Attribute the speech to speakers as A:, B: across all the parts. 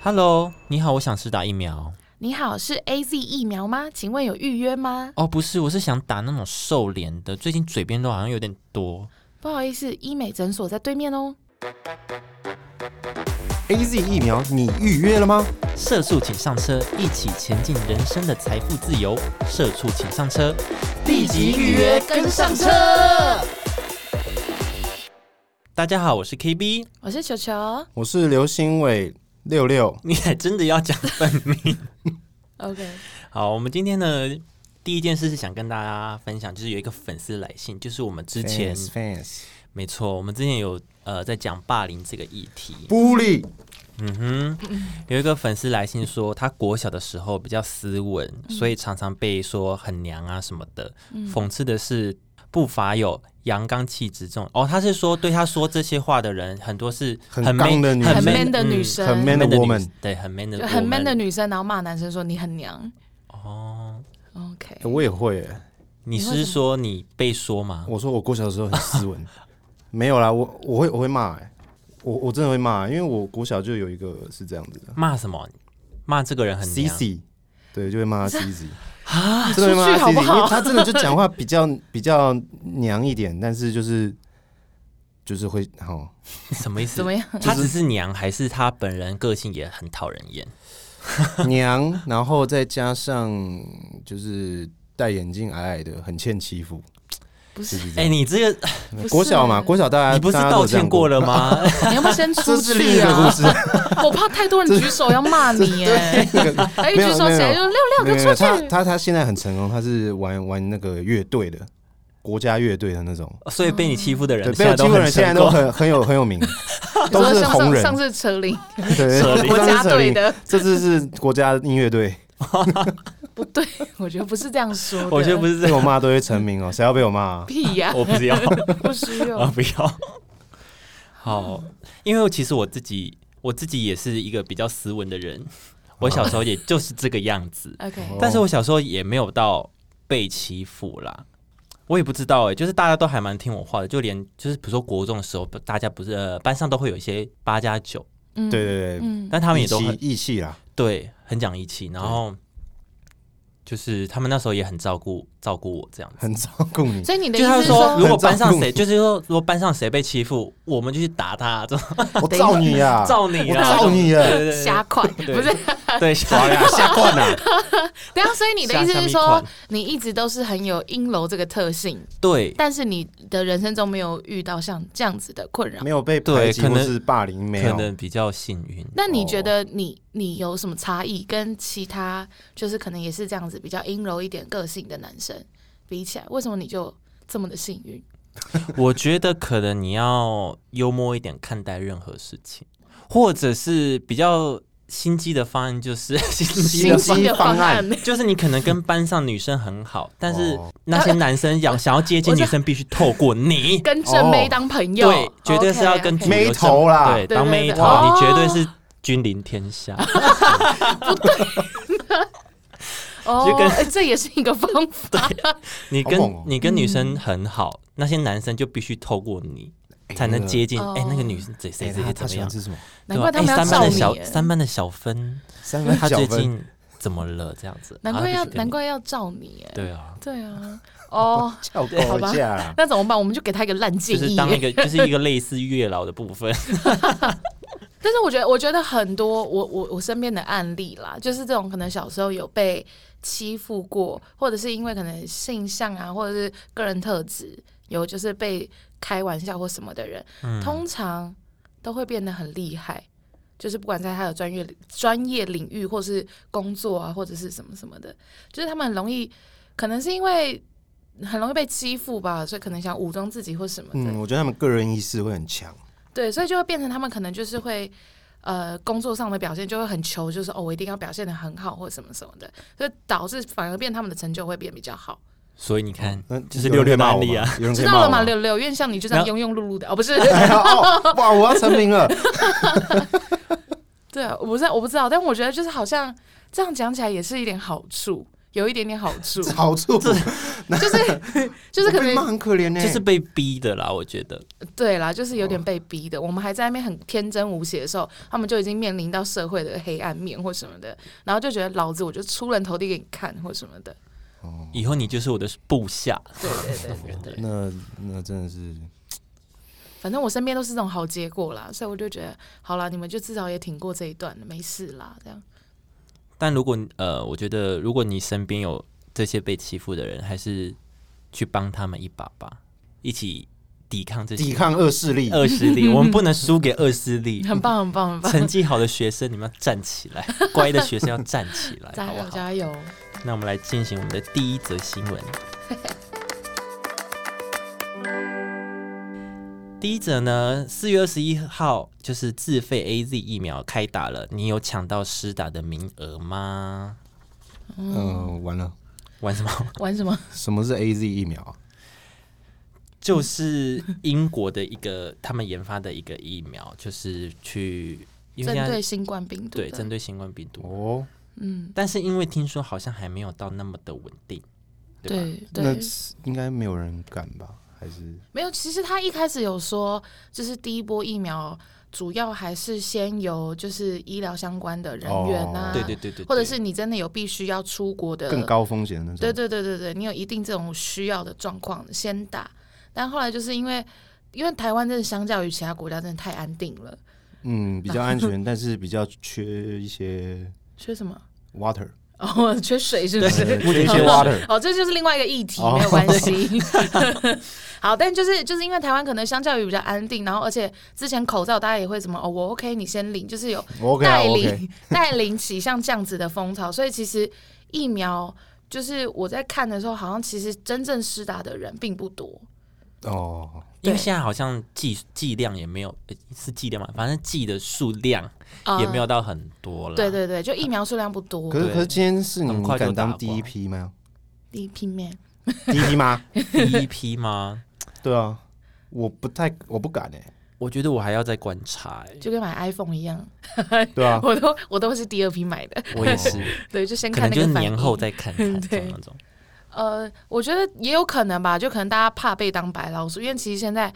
A: Hello，你好，我想是打疫苗。
B: 你好，是 A Z 疫苗吗？请问有预约吗？
A: 哦，不是，我是想打那种瘦脸的，最近嘴边肉好像有点多。
B: 不好意思，医美诊所在对面哦。
C: A Z 疫苗，你预约了吗？
A: 社畜请上车，一起前进人生的财富自由。社畜请上车，
B: 立即预约跟上车。
A: 大家好，我是 KB，
B: 我是球球
C: 我是刘新伟六六，
A: 你还真的要讲本名？
B: ，OK，
A: 好，我们今天呢，第一件事是想跟大家分享，就是有一个粉丝来信，就是我们之前
C: fans fans
A: 没错，我们之前有呃在讲霸凌这个议题，
C: 不利
A: 嗯哼，有一个粉丝来信
B: 嗯
A: 说，他国小的时候比较斯文，所以常常被说很娘啊什么的。
B: 嗯
A: 讽刺的是，不乏有阳刚气质这种。哦，他是说对他说这些话的人，很多是
C: 很
A: man-
C: 刚的女
A: 很
B: 很
A: man-
B: man 的女
A: 嗯
B: 生，
C: 很 man
A: 很 man 的
C: woman
A: 女对，很 man 的
B: 就很 man 的
A: woman
B: 女生，然后骂男生说你很娘。
A: 哦，
B: OK，
C: 欸我也会欸，
A: 你
B: 为
A: 是
B: 什么
A: 说你被说吗？
C: 我说我国小的时候很斯 文，没有啦，我我会我会骂欸，我我真的会骂，欸因为我国小就有一个是这样子的
A: 骂什么？骂这个人很
C: ，C
A: 娘
C: C，对，就会骂 C C
B: 你
C: 真的会骂
B: 出去好
C: C
B: 不
C: C，因为
B: 好？
C: 他真的就讲话比较比较娘一点，但是就是就是会好。
A: 什么意思？
B: 怎么样？
A: 他只是娘，还是他本人个性也很讨人厌？
C: 娘，然后再加上就是戴眼镜矮矮的，很欠欺负。
B: 不
C: 是
B: 是
C: 不，是这
A: 哎、
C: 样？
A: 你这个
B: 不是啊
C: 国小嘛，国小大家
A: 你不是
C: 大家都
A: 道
C: 有这样
A: 歉过了吗？
B: 你要不要先
C: 这
B: 出
C: 是另一
B: 去
C: 个故
B: 啊？
C: 事，
B: 我怕太多人举手要骂 你哎，
C: 那 个
B: 哎，一举手起来就六六
C: 没有
B: 跟
C: 没
B: 出
C: 有
B: 去
C: 他他他现在很成功，他是玩玩那个乐队的，国家乐队的那种，
A: 所以被你欺负的人，
C: 对，被我欺负的人现在都
A: 成功
C: 很 很有很有名，
B: 你
C: 都
B: 说
C: 是
B: 像
C: 红
B: 上
C: 人
B: 上，次扯铃
C: 对 对
A: 扯
C: 对，
A: 铃
B: 国
C: 上次
B: 家
C: 扯
B: 队
C: 铃，
B: 的，
C: 这次是国家音 乐队，
B: 不对，我觉得不是这样
C: 哦
B: 说的。
A: 我觉得不是这
C: 被
A: 样，
C: 我骂都会成名哦，谁要被我骂啊？
B: 屁呀，
A: 我不要，
B: 不需
A: 我
B: 要。
C: 哦
A: 不要。 好，因为其实我自己，我自己也是一个比较斯文的人，我小时候也就是这个样子，
B: OK，
C: 哦
A: 但是我小时候也没有到被欺负啦。我也不知道哎、就是大家都还蛮听我话的，就连就是比如说国中的时候，大家不是、呃、班上都会有一些八加九，
B: 嗯，
C: 对对对，
B: 嗯，
A: 但他
C: 他
A: 们也都很
C: 义气啦，
A: 对，很讲义气，然后就是他们那时候也很照顾照顾我这样子。
C: 很照顾你，
B: 所以你的
A: 就
B: 意
A: 他
B: 思
A: 就是说，
B: 说，
A: 如果班上
C: 很照
A: 谁，
C: 顾
A: 就是说，如果班上谁被欺负，我们就去打他，这种
C: 我造 你啊，
A: 照你
C: 我
A: 啊，
C: 照你啊
A: 对对对
B: 瞎款
A: 对
B: 不是？
A: 对， 对
C: 哎
A: 瞎
C: 呀，下冠啊！
B: 对啊，所以你的意思
A: 瞎
B: 是
A: 瞎咪
B: 说
A: 款，
B: 你一直都是很有阴柔这个特性，
A: 对
B: 但是你的人生中没有遇到像这样子的困扰
C: 没。有被排挤
A: 对可
C: 或
A: 能
C: 是霸凌，没
A: 可
C: 有。
A: 能比较幸运。
B: 那你觉得你你有什么差异，跟其他就是可能也是这样子比较阴柔一点个性的男生比起来，为什么你就这么的幸运？
A: 我觉得可能你要幽默一点看待任何事情，或者是比较心机的方案，就是 心机
C: 心
A: 的
C: 机
A: 方案。
B: 的方
C: 方
B: 案
C: 案，
A: 就是你可能跟班上女生很好，但是
C: 哦
A: 那些男生 想想要接近女生，必须透过你。
B: 跟正妹当朋友，
A: 哦对，绝对是要跟主
B: OK，OK
A: 流
C: 妹
A: 正
C: 头啦
A: 对，
B: 对
A: 当
B: 对
A: 妹
B: 对
A: 头，
B: 哦
A: 你绝对是君临天下。就跟
B: 哦，哎这也是一个方 法。
A: 你
C: 好猛
A: 跟
C: 哦
A: 你跟女
B: 嗯
A: 生很好，那些男生就必须透过你才能接近。
B: 哦
A: 哎，那个女生谁
C: 哎
A: 谁谁
C: 他
A: 谁
C: 他
A: 怎么
C: 喜欢
A: 样？
C: 吃 什么？
B: 难
A: 对
B: 怪
A: 吧？
B: 他
A: 哎，
B: 们要
A: 三班
B: 照
A: 的
B: 你
A: 小
B: 耶，
A: 三班的小芬，
C: 三分
A: 她
C: 小
A: 最
C: 分，
A: 近怎么了？这样子，
B: 难
A: 啊
B: 怪
A: 她
B: 要
A: 必须跟
B: 难
A: 你
B: 怪要照你耶。
A: 对啊，
B: 对啊，哦，
C: 跳 高一下啦。
B: 那怎么办？我们就给他一个烂
A: 就
B: 建
A: 是
B: 议。
A: 当一个 就是一个类似月老的部分。
B: 但是我觉得，我觉得很多我我我身边的案例啦，就是这种可能小时候有被欺负过，或者是因为可能性向啊，或者是个人特质有就是被开玩笑或什么的人，通常都会变得很厉害。就是不管在他的专业专业领域，或是工作啊，或者是什么什么的，就是他们很容易，可能是因为很容易被欺负吧，所以可能想武装自己或什么的。
C: 嗯，我觉得他们个人意识会很强，
B: 对，所以就会变成他们可能就是会，呃，工作上的表现就会很求，就是哦，我一定要表现的很好或什么什么的，所以导致反而变他们的成就会变比较好。
A: 所以你看，
C: 那
A: 哦就是六
C: 有
A: 六
C: 人可以骂
A: 班
C: 我
A: 里啊。
C: 吗，有人可
B: 知
C: 以
B: 道
C: 骂
B: 了
C: 我
B: 吗？
C: 吗？
B: 六六，因为像你就这样庸庸碌碌的，哦，不 是，
C: 哎呀哦，哇，我要成名 了！
B: 对啊，我不知道，我不知道，但我觉得就是好像这样讲起来也是一点好处，有一点点好 处，
C: 好处
B: 就是就是可
C: 被骂
B: 能
C: 很可怜呢、
A: 就是被逼的啦，我觉得。
B: 对啦，就是有点被逼的。我们还在那边很天真无邪的时候，他们就已经面临到社会的黑暗面或什么的，然后就觉得老子我就出人头地给你看或什么的。
A: 以后你就是我的部下，
B: 对对对对对，
C: 那那真的是
B: 反正我身边都是这种好结果啦，所以我就觉得好啦，你们就至少也挺过这一段了，没事啦，这样。
A: 但如果呃，我觉得如果你身边有这些被欺负的人，还是去帮他们一把吧，一起抵抗这些
C: 抵抗恶势力。
A: 恶势 力。我们不能输给恶势 力。
B: 很棒，很棒，很棒！
A: 成绩好的学生，你们要站起来；乖的学生要站起 来，
B: 加
A: 好不
B: 油，
A: 好？
B: 加油！
A: 那我们来进行我们的第一则新闻。第一则呢，四月二十一号就是自费 A Z 疫苗开打了，你有抢到施打的名额吗？
C: 嗯、完了，
A: 玩什么？
B: 玩什么？
C: 什么是 A Z 疫苗啊？
A: 就是英国的一个他们研发的一个疫苗，就是去因为
B: 针
A: 现在
B: 对新冠病毒的？
A: 对针对新冠病毒，
C: 哦，
B: 嗯，
A: 但是因为听说好像还没有到那么的稳定，对吧？
B: 对
C: 那
B: 对，
C: 应该没有人敢吧？还是
B: 没有。其实他一开始有说，就是第一波疫苗主要还是先由就是医疗相关的人员啊，
C: 哦
A: 对对对对对，
B: 或者是你真的有必须要出国
A: 呃
B: 的
C: 更高风险的那种？
B: 对对对对对，你有一定这种需要的状况先打，但后来就是因为因为台湾真的相较于其他国家真的太安定了，
C: 嗯，比较安全，但是比较缺一些
B: 缺什么？
C: water，
B: 哦，缺水是不是？
C: 对缺一些
B: 哦
C: water。
B: 哦，这就是另外一个议题，
C: 哦
B: 没有关 系。好，但就是就是因为台湾可能相较于比较安定，然后而且之前口罩大家也会什么哦，我 OK 你先领，就是有
C: OK 啊
B: 带领、
C: ，OK，
B: 带领起像这样子的风潮，所以其实疫苗就是我在看的时候，好像其实真正施打的人并不多。
C: 哦，
A: 因为
B: 对
A: 现在好像剂剂量也没有，呃是剂量嘛，反正剂的数量
B: 啊
A: 也没有到很多了。
B: 对对对，就疫苗数量不多。
C: 可是可是今天是
A: 很
C: 你
A: 快就
C: 敢
A: 打
C: 当第一
A: 光
C: 批吗？
B: 第一批面，
C: 第一批吗？
A: 第一批 E 吗？
C: 对啊，我不太我不敢哎，
A: 我觉得我还要再观察、欸，
B: 就跟买 iPhone 一样，
C: 对啊，
B: 我都我都是第二批买的。
A: 我也是，
B: 对，就先
A: 可
B: 看
A: 能
B: 那
A: 就是
B: 个反
A: 年
B: 应。
A: 后再看看这
B: 对
A: 种那种。
B: 呃，我觉得也有可能吧，就可能大家怕被当白老鼠，因为其实现在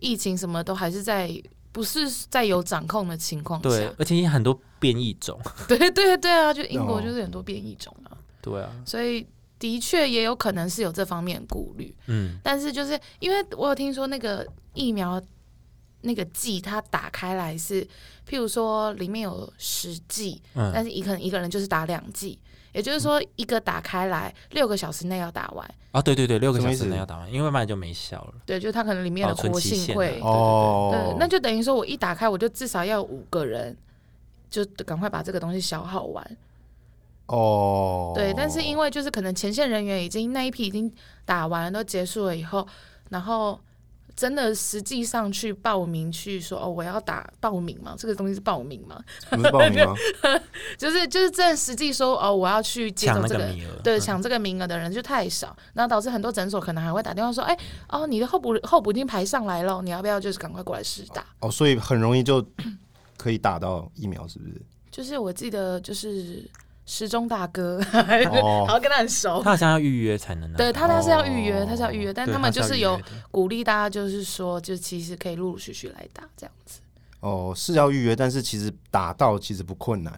B: 疫情什么都还是在不是在有掌控的情况
A: 对
B: 下。，
A: 而且也很多变异种。
B: 对对对啊，就英国
C: 哦
B: 就是很多变异种啊，
A: 对啊，
B: 所以的确也有可能是有这方面的顾虑。
A: 嗯，
B: 但是就是因为我有听说那个疫苗那个剂，它打开来是，譬如说里面有十剂，
A: 嗯
B: 但是一可能一个人就是打两剂，也就是说一个打开来六个小时内要打完。
A: 啊，对对对，六个
C: 什
A: 小
C: 么意
A: 时
C: 思
A: 内要打完，因为不然就没效了。
B: 对，就是它可能里面的
A: 保存
B: 活
A: 期
B: 性
A: 限
B: 会
A: 啊，
C: 哦
B: 对，，那就等于说我一打开我就至少要有五个人。就赶快把这个东西消耗完，
C: 哦，
B: 对。但是因为就是可能前线人员已经那一批已经打完都结束了以后，然后真的实际上去报名去说哦，我要打报名嘛，这个东西是报名嘛，
C: 不是报名吗？
B: 就是就是真的实际说哦，我要去接
A: 抢
B: 种
A: 那
B: 这
A: 个
B: 个。
A: 名额，嗯
B: 对，抢这个名额的人就太少，然后导致很多诊所可能还会打电话说，哎、哦，你的候补候补已经排上来了，你要不要就是赶快过来试打？
C: 哦，所以很容易就可以打到疫苗，是不是？
B: 就是我记得就是时钟大哥，
A: 哦
B: 好像跟他很熟
A: 他，好像要预约才能拿到。
B: 对他他是要预约，他是要预约，但
A: 对
B: 他们就是有
A: 他是要预约的
B: 鼓励大家，就是说，就其实可以陆陆续续来打这样子。
C: 哦，是要预约，但是其实打到其实不困难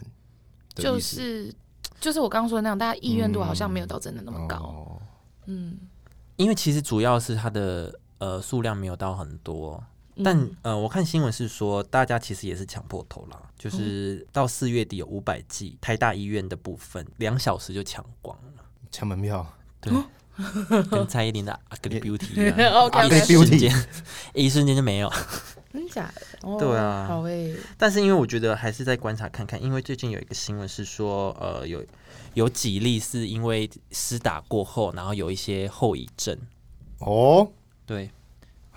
C: 的
B: 就
C: 意思，
B: 是就是我刚刚说的那样，大家意愿度好像没有到真的那么高。
C: 哦
B: 嗯，
A: 因为其实主要是它的呃数量没有到很多，
B: 嗯
A: 但呃，我看新闻是说，大家其实也是抢破头啦，
B: 嗯
A: 就是到四月底有五百剂台大医院的部分，两小时就抢光了，
C: 抢门票，
A: 跟蔡依林的《Ugly Beauty》一 样，
B: OK，
A: 一
C: Ugly
A: 瞬间， 一瞬间就没有。
B: 真假的？哦
A: 对啊
B: 好诶、
A: 但是因为我觉得还是再观察看看，因为最近有一个新闻是说，呃，有有几例是因为施打过后，然后有一些后遗症。
C: 哦，
A: 对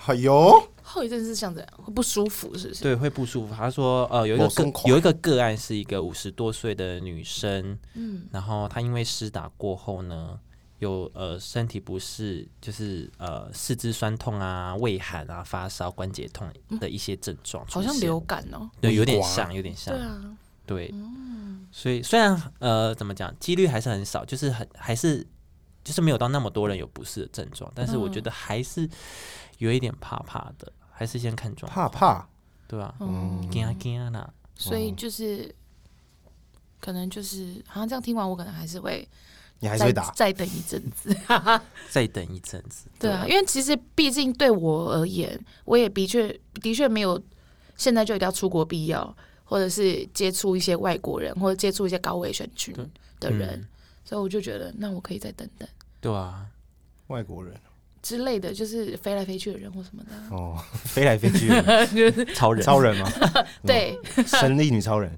C: 哎呦，
B: 后遗症是像这样，会不舒服是不是？
A: 对，会不舒服。他说，呃，有一个
C: 某松
A: 个
C: 垮
A: 有一个个案是一个五十多岁的女生，
B: 嗯，
A: 然后她因为施打过后呢，有呃身体不适，就是呃四肢酸痛啊、畏寒啊、发烧、关节痛的一些症状出
B: 好
A: 现，
B: 像流感哦。
A: 对，有点
C: 微刮
A: 像，有点像
B: 对。啊，
A: 对，所以虽然呃怎么讲，几率还是很少，就是很还是就是没有到那么多人有不适的症状，但是我觉得还是有一点怕怕的，还是先看状
C: 怕
A: 况，
C: 怕，
A: 对吧、
B: 嗯，
A: 惊啊惊啊啦，
B: 所以就是可能就是好像这样听完，我可能还是会
C: 你还是
B: 再
C: 会打，
B: 再等一阵子。
A: 再等一阵子。
B: 对啊，因为其实毕竟对我而言，我也的确的确没有现在就一定要出国必要，或者是接触一些外国人，或者接触一些高危选群的人，
A: 嗯
B: 所以我就觉得那我可以再等等
A: 对 啊，
C: 外国人
B: 之类的，就是飞来飞去的人或什么的啊。
C: 哦，飞来飞去的
A: 超人
C: 超 人嘛，
B: 对，
C: 神力女超人，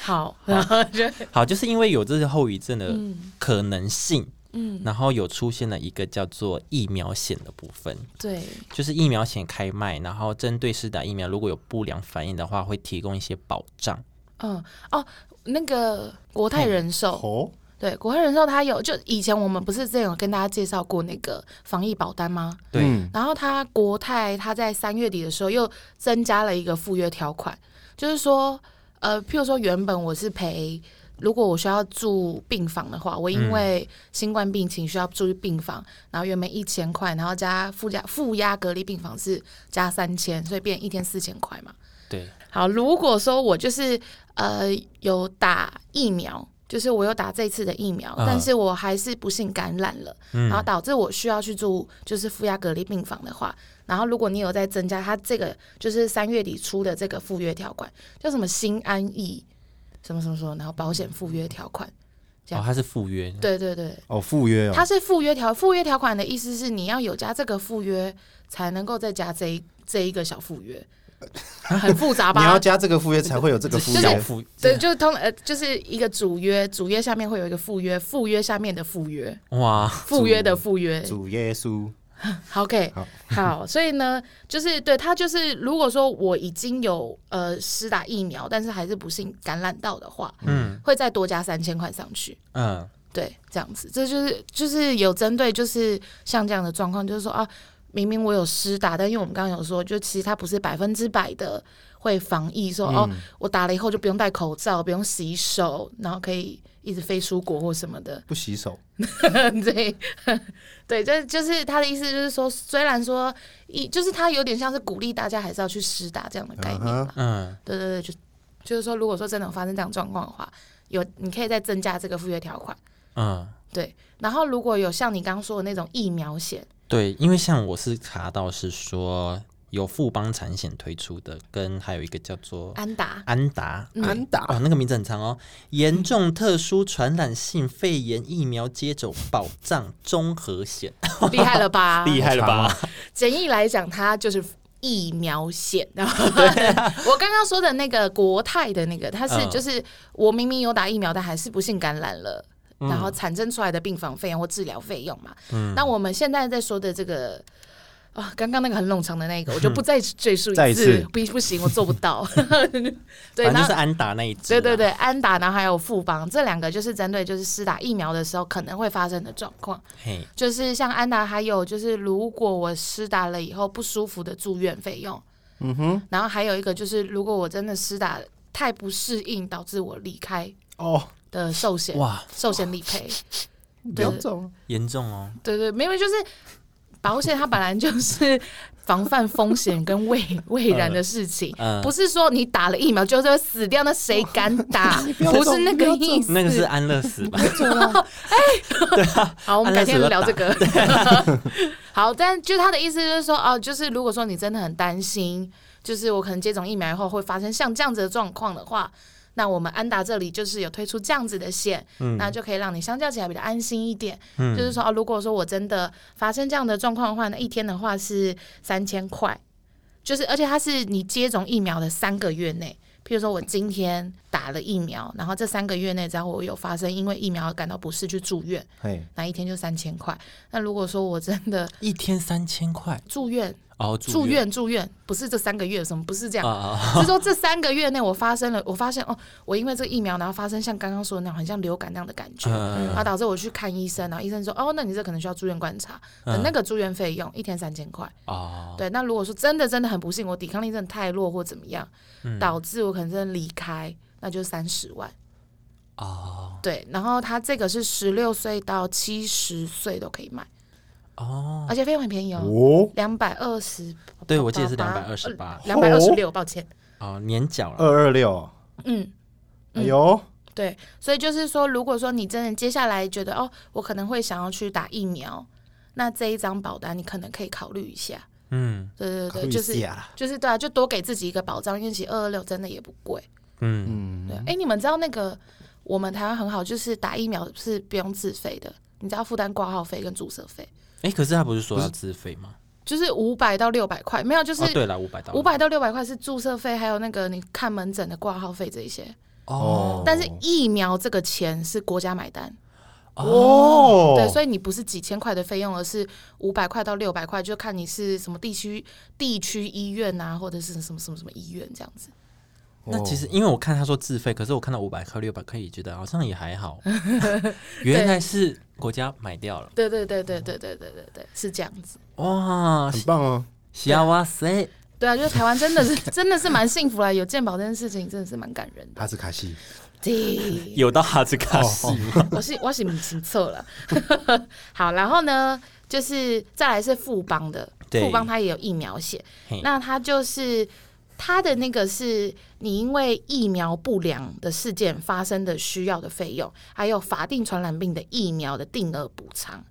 B: 好，然后就
A: 好，就是因为有这些后遗症的
B: 嗯
A: 可能性，
B: 嗯，
A: 然后有出现了一个叫做疫苗险的部分，
B: 对，
A: 就是疫苗险开卖，然后针对施打疫苗如果有不良反应的话，会提供一些保障。
B: 嗯哦，那个国泰人寿，
C: 哦，
B: 对，国泰人寿它有，就以前我们不是之前有跟大家介绍过那个防疫保单吗？
A: 对
C: 嗯
B: 然后它国泰它在三月底的时候又增加了一个附约条款，就是说，呃，譬如说原本我是赔，如果我需要住病房的话，我因为新冠病情需要住病房，然后原本一千块，然后加附加附压隔离病房是加三千，所以变一天四千块嘛。
A: 对，
B: 好，如果说我就是呃有打疫苗，就是我有打这次的疫苗，
C: 啊
A: 嗯
B: 但是我还是不幸感染了，
C: 嗯
B: 然后导致我需要去住就是负压隔离病房的话，然后如果你有再增加它这个就是三月底出的这个赴约条款，叫什么新安逸什么什么什么，然后保险赴约条款，
C: 嗯
A: 哦
B: 这样，
A: 它是附约，
B: 对对对，
C: 哦，赴约
B: 它
C: 哦，
B: 是赴约条赴约条款的意思是你要有加这个赴约，才能够再加这一这一个小赴约。很复杂吧？
C: 你要加这个赴约才会有这个
A: 这
C: 赴
B: 就是
A: 小
C: 约，
A: 附
B: 对，就是通呃，就是一个主约，主约下面会有一个副约，副约下面的副约，
A: 哇，
B: 副约的副约。
C: 主耶稣，
B: 好 OK，
C: 好
B: 好，所以呢，就是对他就是，如果说我已经有呃施打疫苗，但是还是不幸感染到的话，
A: 嗯
B: 会再多加三千块上去。
A: 嗯，
B: 对，这样子，这就是就是有针对，就是像这样的状况，就是说啊，明明我有施打，但因为我们刚刚有说，就其实它不是百分之百的会防疫，
C: 嗯
B: 说、哦，我打了以后就不用戴口罩，不用洗手，然后可以一直飞出国或什么的，
C: 不洗手，
B: 对， 对，这就是他的意思，就是说，虽然说一，就是他有点像是鼓励大家还是要去施打这样的概念
C: 嗯
B: 吧
C: 哼
A: 嗯，
B: 对对对，就就是说，如果说真的有发生这样的状况的话，有你可以再增加这个附约条款。
A: 嗯，
B: 对，然后如果有像你刚刚说的那种疫苗险，
A: 对，因为像我是查到是说有富邦产险推出的，跟还有一个叫做
B: 安嗯达，
A: 安达。
C: 安打
A: 哦，那个名字很长哦，严重特殊传染性肺炎疫苗接种保障综合险，哦
B: 厉害了吧？
A: 厉害了吧？
B: 简易来讲，它就是疫 苗险。然后我刚刚说的那个国泰的那个，它是
A: 嗯
B: 就是我明明有打疫苗，但还是不幸感染了。
A: 嗯
B: 然后产生出来的病房费用或治疗费用嘛，那我们现在在说的这个啊，刚刚那个很冗长的那个，我就不再赘述
C: 再
B: 一
C: 一
B: 次
C: 次，
B: 不不行，我做不 到。对，
A: 反正
B: 然
A: 就
B: 后
A: 是安达那一支。
B: 对对，对，安达然后还有富邦这两个就是针对就是施打疫苗的时候可能会发生的状况，
A: 嘿，
B: 就是像安达还有就是如果我施打了以后不舒服的住院费用，
C: 嗯哼，
B: 然后还有一个就是如果我真的施打太不适应导致我离开
C: 哦，
B: 的寿险
A: 哇，
B: 寿险理赔，
C: 不要走，
A: 严重哦，
B: 对对，没有就是保险它本来就是防范风险跟未未然的事情。
A: 嗯，
B: 不是说你打了疫苗就是会死掉，那谁敢打？
C: 要
B: 不
C: 走
B: 是那
C: 不
B: 个
C: 要走
B: 意思，
A: 那个是安乐死吧？
B: 好，我们
A: 安乐
B: 改
A: 死
B: 天
A: 都
B: 聊
A: 打
B: 这个。 好，但就他的意思就是说，哦，就是如果说你真的很担心，就是我可能接种疫苗以后会发生像这样子的状况的话，那我们安达这里就是有推出这样子的险，那就可以让你相较起来比较安心一点。就是说，哦，如果说我真的发生这样的状况的话，那一天的话是三千块，就是而且它是你接种疫苗的三个月内。譬如说，我今天打了疫苗，然后这三个月内，只要我有发生因为疫苗而感到不适去住院，
C: 嘿，
B: 那一天就三千块。那如果说我真的
A: 一天三千块
B: 住院、
A: 哦，
B: 住
A: 院
B: 院、住院，不是这三个月，什么不是这
A: 啊
B: 样，
A: 啊，啊
B: 是说这三个月内我发生了，我发现哦，我因为这个疫苗，然后发生像刚刚说的那样，很像流感那样的感觉，
A: 嗯
B: 然后导致我去看医生，然后医生说哦，那你这可能需要住院观察，等那个住院费用一天三千块。
A: 嗯哦，
B: 对，
A: 嗯
B: 那如果说真的真的很不幸，我抵抗力真的太弱或怎么样，导致我可能真的离开，那就三十万。
A: 哦
B: 对，然后它这个是十六岁到七十岁都可以买，
A: 哦，
B: 而且费用很便宜哦，
C: 哦，
B: 两百二十。呃
A: 对我记得是228
B: 两百二十六，抱歉。
A: 哦，年缴了，
C: 二二六，
B: 嗯，
C: 哎呦，
B: 对，所以就是说，如果说你真的接下来觉得哦，我可能会想要去打疫苗，那这一张保单你可能可以考虑一下。
A: 嗯
B: 对对对，
C: 可以
B: 就是
C: 下啦
B: 就是对啊，就多给自己一个保障，因为其实二二六真的也不贵。
A: 嗯，
C: 嗯
B: 对，哎、你们知道那个我们台湾很好，就是打疫苗是不用自费的，你只要负担挂号费跟注射费，
A: 哎，可是他不是说要自费吗？
B: 就是五百到六百块，没有，就是
A: 哦，对了，五百到
B: 五百到六百块是注射费，还有那个你看门诊的挂号费这一些。
A: 哦
B: 但是疫苗这个钱是国家买单，
C: 哦，
B: 对，所以你不是几千块的费用，而是五百块到六百块，就看你是什么地区地区医院啊，或者是什么什么什么医院这样子。
A: 那其实，因为我看他说自费，可是我看到五百克、六百克，也觉得好像也还 好。原来是国家买掉了，
B: 对对对对对对对对对，是这样子。
A: 哇！
C: 很棒啊，
A: 喜亚哇塞，
B: 对啊，就是台湾真的是真的是蛮幸福啦，有健保这件事情真的是蛮感人的。
C: 哈斯卡西，
B: 对，
A: 有到哈兹卡西吗？
B: 我是我是不清楚了。 好，然后呢，就是再来是富邦的，
A: 对
B: 富邦它也有疫苗险
A: 嘿，
B: 那它就是它的那个是你因为疫苗不良的事件发生的需要的费用，还有法定传染病的疫苗的定额补偿。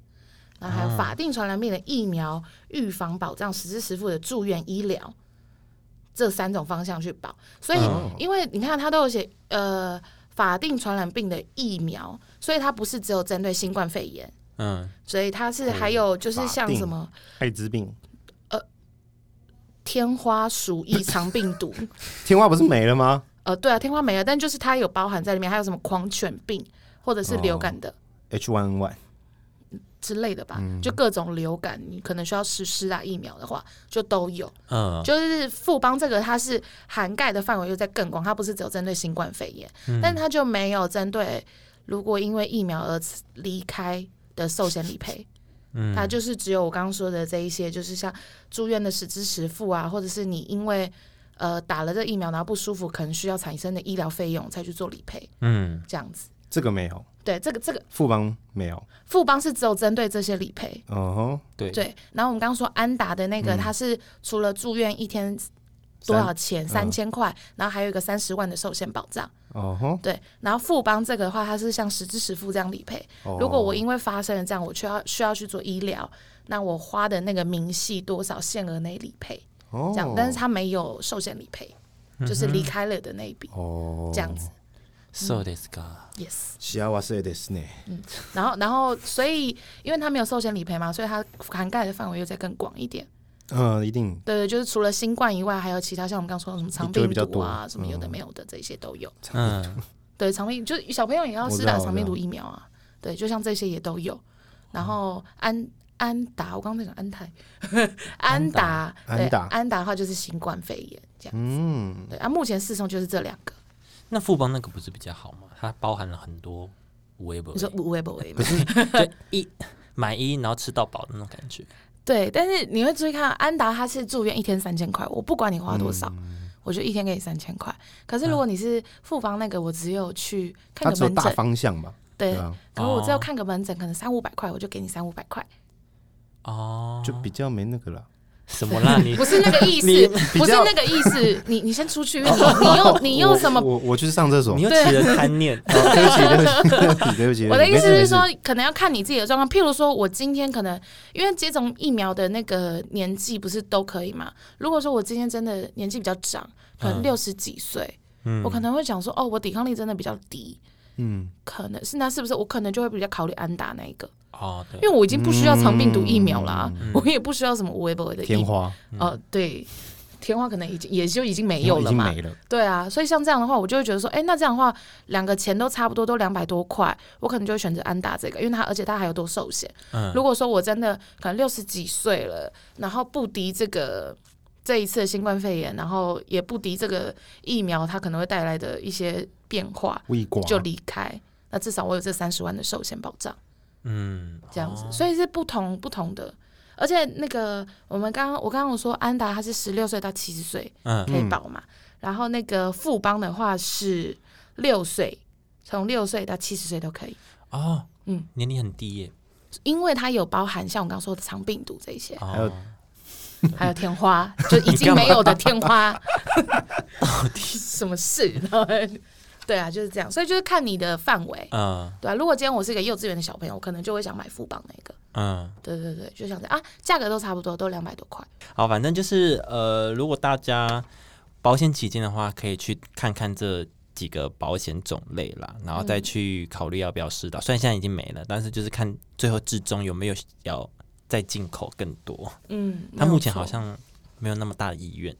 B: 然后还有
A: 啊
B: 法定传染病的疫苗预防保障、实支实付的住院医疗，这三种方向去保。所以
A: 嗯，
B: 因为你看它都有写呃法定传染病的疫苗，所以它不是只有针对新冠肺炎，
A: 嗯，
B: 所以它是还有就是像什么
C: 艾滋病，
B: 天花、鼠疫、肠病毒，
C: 天花不是没了吗？
B: 呃，对啊，天花没了，但就是它有包含在里面，还有什么狂犬病或者是流感的。
C: H1N1，
B: 之类的吧，就各种流感，你可能需要吃施啊打疫苗的话，就都有。
A: 嗯，
B: 就是富邦这个，它是涵盖的范围又在更广，它不是只有针对新冠肺炎，
A: 嗯
B: 但它就没有针对如果因为疫苗而离开的寿险理赔，
A: 嗯
B: 它就是只有我刚刚说的这一些，就是像住院的实支实付啊，或者是你因为呃打了这疫苗然后不舒服，可能需要产生的医疗费用才去做理赔，
A: 嗯，
B: 这样子。
C: 这个没有，
B: 对，这个这个
C: 富邦没有，
B: 富邦是只有针对这些理赔，
C: 嗯哼，
A: 对，
B: 对，然后我们刚刚说安达的那个，
C: 嗯
B: 它是除了住院一天多少钱，三千块，然后还有一个三十万的寿险保障。
C: 嗯哼，
B: 对，然后富邦这个的话，它是像实支实付这样理赔。
C: 哦
B: 如果我因为发生了这样，我需要需要去做医疗，那我花的那个明细多少限额内理赔，
C: 哦嗯
B: 这样，但是它没有寿险理赔，就是离开了的那一笔，
C: 哦，
B: 这样子。
A: so this guy，
B: Yes。
C: 幸せですね。
B: 然后，然后，所以因为它没有寿险理赔嘛，所以它涵盖的范围又再更广一点。
C: 嗯，一定
B: 对对，就是除了新冠以外，还有其他像我们刚说的什么肠
C: 就会
B: 病
C: 比较
B: 毒啊，
C: 多嗯
B: 什么有的没有的、这些都有。
A: 嗯，
B: 对，肠病就是小朋友也要
C: 我知
B: 施
C: 道
B: 打
C: 我
B: 肠
C: 知
B: 病
C: 道
B: 毒疫苗啊。对，就像这些也都有。然后安安达，我刚刚在讲安泰，安达，
C: 安
B: 对，
C: 达
B: 安达的话就是新冠肺炎这样。
C: 嗯，
B: 对啊，目前四送就是这两个。
A: 那富邦那个不是比较好吗？它包含了很多微博
B: 你，说无为不为吗？
A: 就一买一然后吃到饱的那种感觉。
B: 对，但是你会注意看，安达他是住院一天三千块，我不管你花多少，
C: 嗯
B: 我就一天给你三千块。可是如果你是复方那个，我只有去看
C: 它
B: 个
C: 只有
B: 门
C: 大
B: 诊，
C: 方向吧？
B: 对
C: 对，啊，
B: 可是我只有
A: 哦
B: 看个门诊，可能三五百块，我就给你三五百块，
A: 哦，
C: 就比较没那个了。
A: 什么啦？你
B: 不是那个意
A: 你
B: 思，不是那个意思。你你先出去，你你用你用什么？
C: 哦我我我去上厕 所
A: 你。又起了贪念，
C: 哦对不起，对不起，对不起，对不起。
B: 我的意思
C: 没
B: 是
C: 事
B: 说
C: 没事，
B: 可能要看你自己的状况。譬如说，我今天可能因为接种疫苗的那个年纪不是都可以嘛？如果说我今天真的年纪比较长，可能
A: 嗯
B: 六十几岁，
A: 嗯
B: 我可能会想说，哦，我抵抗力真的比较低，
C: 嗯，
B: 可能是那是不是我可能就会比较考虑安打那一个，
A: 哦，
B: 因
A: 对
B: 为，我已经不需要肠病毒疫苗啦、我也不需要什么无微不微的疫
C: 天
B: 苗。
C: 花
B: 哦，对，天花可能已经也就已经没
C: 天花
B: 有了
C: 嗯已经
B: 嘛。
C: 没了。
B: 对啊，所以像这样的话，我就会觉得说，哎、那这样的话，两个钱都差不多，都两百多块，我可能就会选择安打这个，因为它而且它还有多寿险。
A: 嗯
B: 如果说我真的可能六十几岁了，然后不敌这个这一次的新冠肺炎，然后也不敌这个疫苗它可能会带来的一些变化，
C: 胃瓜
B: 就离开。那至少我有这三十万的寿险保障。
A: 嗯，
B: 这样子，所以是不同不同的。而且那个我们刚刚我刚刚有说安达他是十六岁到七十岁
A: 嗯
B: 可以保嘛，然后那个富邦的话是六岁，从六岁到七十岁都可以，
A: 哦，
B: 嗯
A: 嗯，年龄很低耶，
B: 因为它有包含像我刚刚说的肠病毒这一些，
C: 还有
A: 哦，
B: 还有天花，就已经没有的天花， 什么事？ 然后对啊，就是这样，所以就是看你的范围。
A: 嗯
B: 对啊，如果今天我是一个幼稚园的小朋友，我可能就会想买富邦那个。
A: 嗯，
B: 对对对，就想着啊，价格都差不多，都两百多块。
A: 好，反正就是呃，如果大家保险起见的话，可以去看看这几个保险种类啦，然后再去考虑要不要试
B: 嗯
A: 到。虽然现在已经没了，但是就是看最后至终有没有要再进口更多。
B: 嗯，
A: 他目前
B: 没有
A: 好
B: 错
A: 像没有那么大的意愿。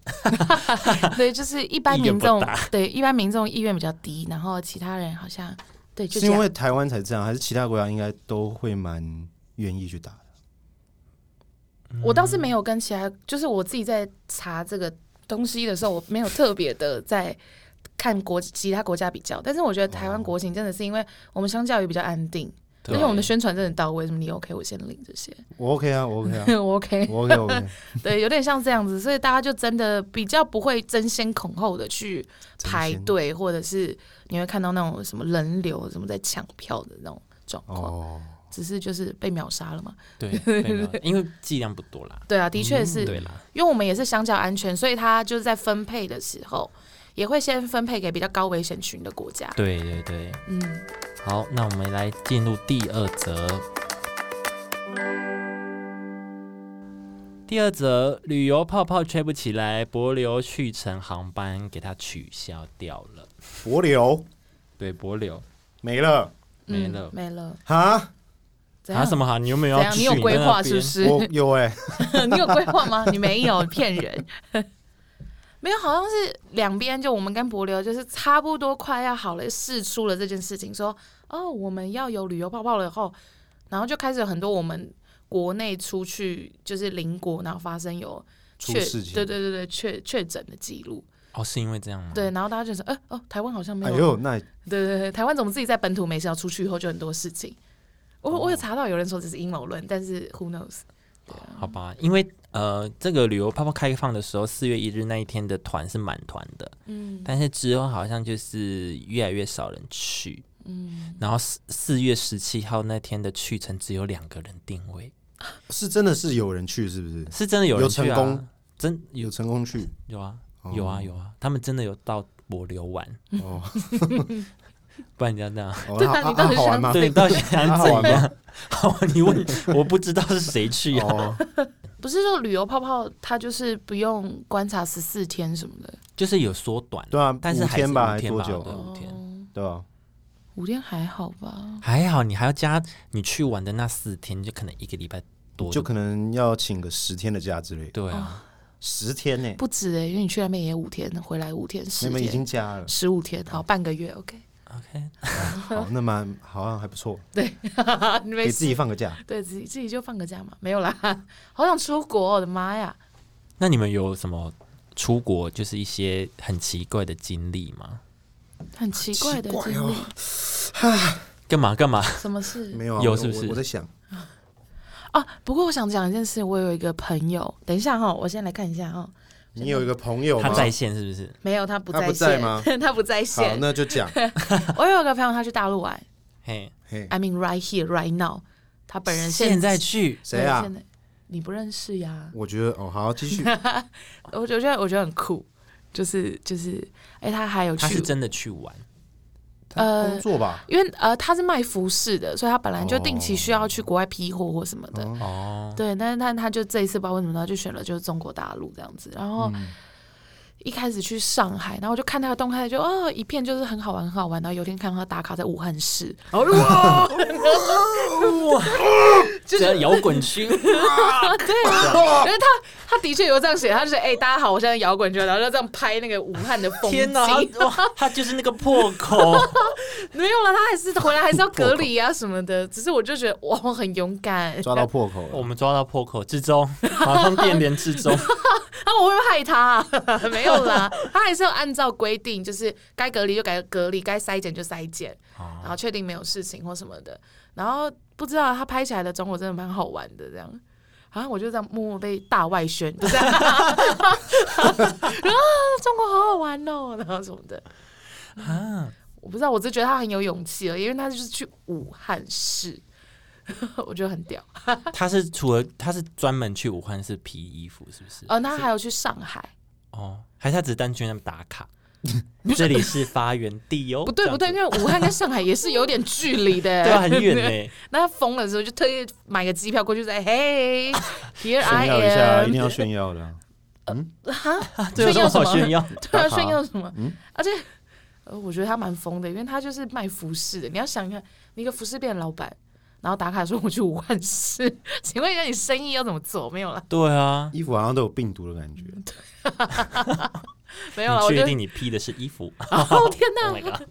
B: 对，就是一般
A: 意愿
B: 民
A: 不
B: 众
A: 大
B: 对一般民众意愿比较低，然后其他人好像对就是这样
C: 因为台湾才这样，还是其他国家应该都会蛮愿意去打的？
B: 我倒是没有跟其他，就是我自己在查这个东西的时候，我没有特别的在看国其他国家比较，但是我觉得台湾国情真的是因为我们相较于比较安定，而且我们的宣传真的到位，什么你 OK 我先领这些，
C: 我 OK 啊，我 OK 啊，
A: 嗯
B: 我 OK，
C: 我 OK 我 OK，
B: 对，有点像这样子，所以大家就真的比较不会争先恐后的去排队，或者是你会看到那种什么人流什么在抢票的那种状况，
C: 哦，
B: 只是就是被秒杀了嘛。
A: 对，对啦因为剂量不多啦。
B: 对啊，的确是
A: 嗯，对啦，
B: 因为我们也是相较安全，所以它就是在分配的时候也会先分配给比较高危险群的国家。
A: 对对对。
B: 嗯，
A: 好，那我们来进入第二则。第二则，旅游泡泡吹不起来，博流去程航班给它取消掉了。
C: 柏流
A: 对，博流
C: 没了
A: 没
B: 嗯
A: 了
B: 没了。
C: 哈，
B: 怎
A: 啊？
B: 样？
A: 什么好？你有没有
B: 怎
A: 要
B: 样？
A: 去？
B: 你有
A: 在
B: 规
A: 那
B: 划是不
A: 边？
B: 是？
C: 我有哎、
B: 你有规划吗？你没有，骗人。 没有，好像是两边就我们跟柏流就是差不多快要好了，试出了这件事情，说哦我们要有旅游泡泡了以后，然后就开始有很多我们国内出去就是邻国，然后发生有
C: 出
B: 确
C: 事情
B: 对对对对确确诊的记录，
A: 哦，是因为这样吗？
B: 对，然后大家就说，哎、哦台湾好像没
C: 哎
B: 有，
C: 呦，那
B: 对对对，台湾怎么自己在本土没事，要出去以后就很多事情。我我有
C: 哦
B: 查到有人说这是阴谋论，但是 who knows？啊
A: 好吧，因为呃，这个旅游泡泡开放的时候，四月一日那一天的团是满团的，
B: 嗯
A: 但是之后好像就是越来越少人去，
B: 嗯，
A: 然后四四月十七号那天的去程只有两个人定位，
C: 是真的是有人去是不是？
A: 是真的有人去啊
C: 有成功，
A: 真
C: 有成功去
A: 有啊，
C: 哦
A: 有啊，有啊，他们真的有到柏流玩，
C: 哦，
A: 不然你要这样，
C: 哦
B: 对啊
C: 那
B: 你到底
C: 啊好玩
B: 想
C: 吗？
A: 对，到底想
C: 好
A: 怎
C: 玩吗
A: 样？好，你问，我不知道是谁去啊，
C: 哦，
B: 不是说旅游泡泡它就是不用观察十四天什么的，
A: 就是有缩短，
C: 对啊，
A: 但是
C: 五
A: 还是
C: 天吧，
A: 五
C: 还
A: 天
C: 多
A: 吧，
C: 久
A: 对，
C: 啊？
A: 五天。
B: 哦
C: 对吧？
B: 五天还好吧？
A: 还好，你还要加你去玩的那四天，就可能一个礼拜多
C: 就可能要请个十天的假之类的，
A: 对啊，
C: 十天呢、
B: 不止哎、因为你去那边也五天，回来五天，十
C: 你们已
B: 天
C: 经，加 了，
B: 十五天，好半个月，OK？
A: 哦
C: 好，那蛮好像还不错，
B: 你
C: 给
B: 没
C: 自己放个假。
B: 对自己自己就放个假嘛？没有啦， 好想出国哦，我的妈呀！
A: 那你们有什么出国就是一些很奇怪的经历吗？
B: 很奇怪的
C: 奇怪
B: 经
C: 哦
B: 历，
A: 干嘛干嘛？
B: 什么事？
C: 没有、啊，
A: 有
C: 我
A: 是不是
C: 我我在想，
B: 啊，不过我想讲一件事，我有一个朋友，等一下哈、我先来看一下哈、
C: 你有一个朋友吗
A: 他在线是不是？
B: 没有，他不
C: 他
B: 在
C: 不在
B: 线，
C: 吗
B: 他不在
C: 好，
B: 线。
C: 那 就讲。
B: 我有一个朋友，他去大陆玩
A: 嘿，
C: 嘿，
B: ，I mean right here right now，他本人
A: 现在
B: 在
A: 去
C: 谁啊
B: 对？现在你不认识呀？
C: 我觉得哦，好，继续。
B: 我我觉得我觉得很酷，就是就是，哎、他还有去
A: 他是真的去玩，
C: 他工作吧，
B: 因为呃，他是卖服饰的，所以他本来就定期需要去国外批货或什么的。
C: 哦
A: 哦，
B: 对，但是他他就这一次不知道为什么他就选了就是中国大陆这样子，然后
A: 嗯
B: 一开始去上海，然后我就看他的动态，就哦一片就是很好玩很好玩，然后有一天看到他打卡在武汉市，然
A: 哦
B: 后我就哇，
A: 这摇滚 区
B: 对 啊，因为他他的确有这样写，他就是哎、大家好，我现在摇滚圈，然后就这样拍那个武汉的风景，
A: 天哪，他哇他就是那个破 口，
B: 没有了，他还是回来还是要隔离啊什么的，只是我就觉得哇我很勇敢，
C: 抓到破口
A: 我
C: 了。
A: 们抓到破口之中，马上变脸之中，
B: 啊，我会不会害 他、啊？没有啦，他还是有按照规定，就是该隔离就该隔离，该筛检就筛检，
A: 哦
B: 然后确定没有事情或什么的。然后不知道他拍起来的中国真的蛮好玩的，这样啊，我就这样默默被大外宣，就 这样，然后中国好好玩哦，然后什么的，
A: 啊，
B: 我不知道，我只觉得他很有勇气了，因为他就是去武汉市， 我觉得很屌。
A: 他是除了他是专门去武汉是皮衣服，是不是？
B: 呃，他还有去上海，
A: 哦，还是他只是单纯那么打 卡？这里是发源地哦，
B: 不对不对，因
A: 这样子
B: 为武汉跟上海也是有点距离的，
A: 对啊，很 远呢。
B: 那他疯了之后，就特意买个机票过去，说：“哎嘿，Here
C: 炫
B: I
C: 耀一下，一
B: am。
C: 定要炫耀的啊。
A: 啊 这有什么好炫耀？”
B: 对啊，
C: 打卡
B: 炫耀什么？
C: 嗯
B: 而且，呃，我觉得他蛮疯的，因为他就是卖服饰的。你要想一看，你一个服饰店老板，然后打卡说我去武汉市， 请问一下你生意要怎么做？没有了，
A: 对啊，
C: 衣服好像都有病毒的感觉，
B: 没有了。
A: 你
B: 我就
A: 确定你 P 的是衣服？
B: 哦天
A: Oh
B: 哪
A: my！god，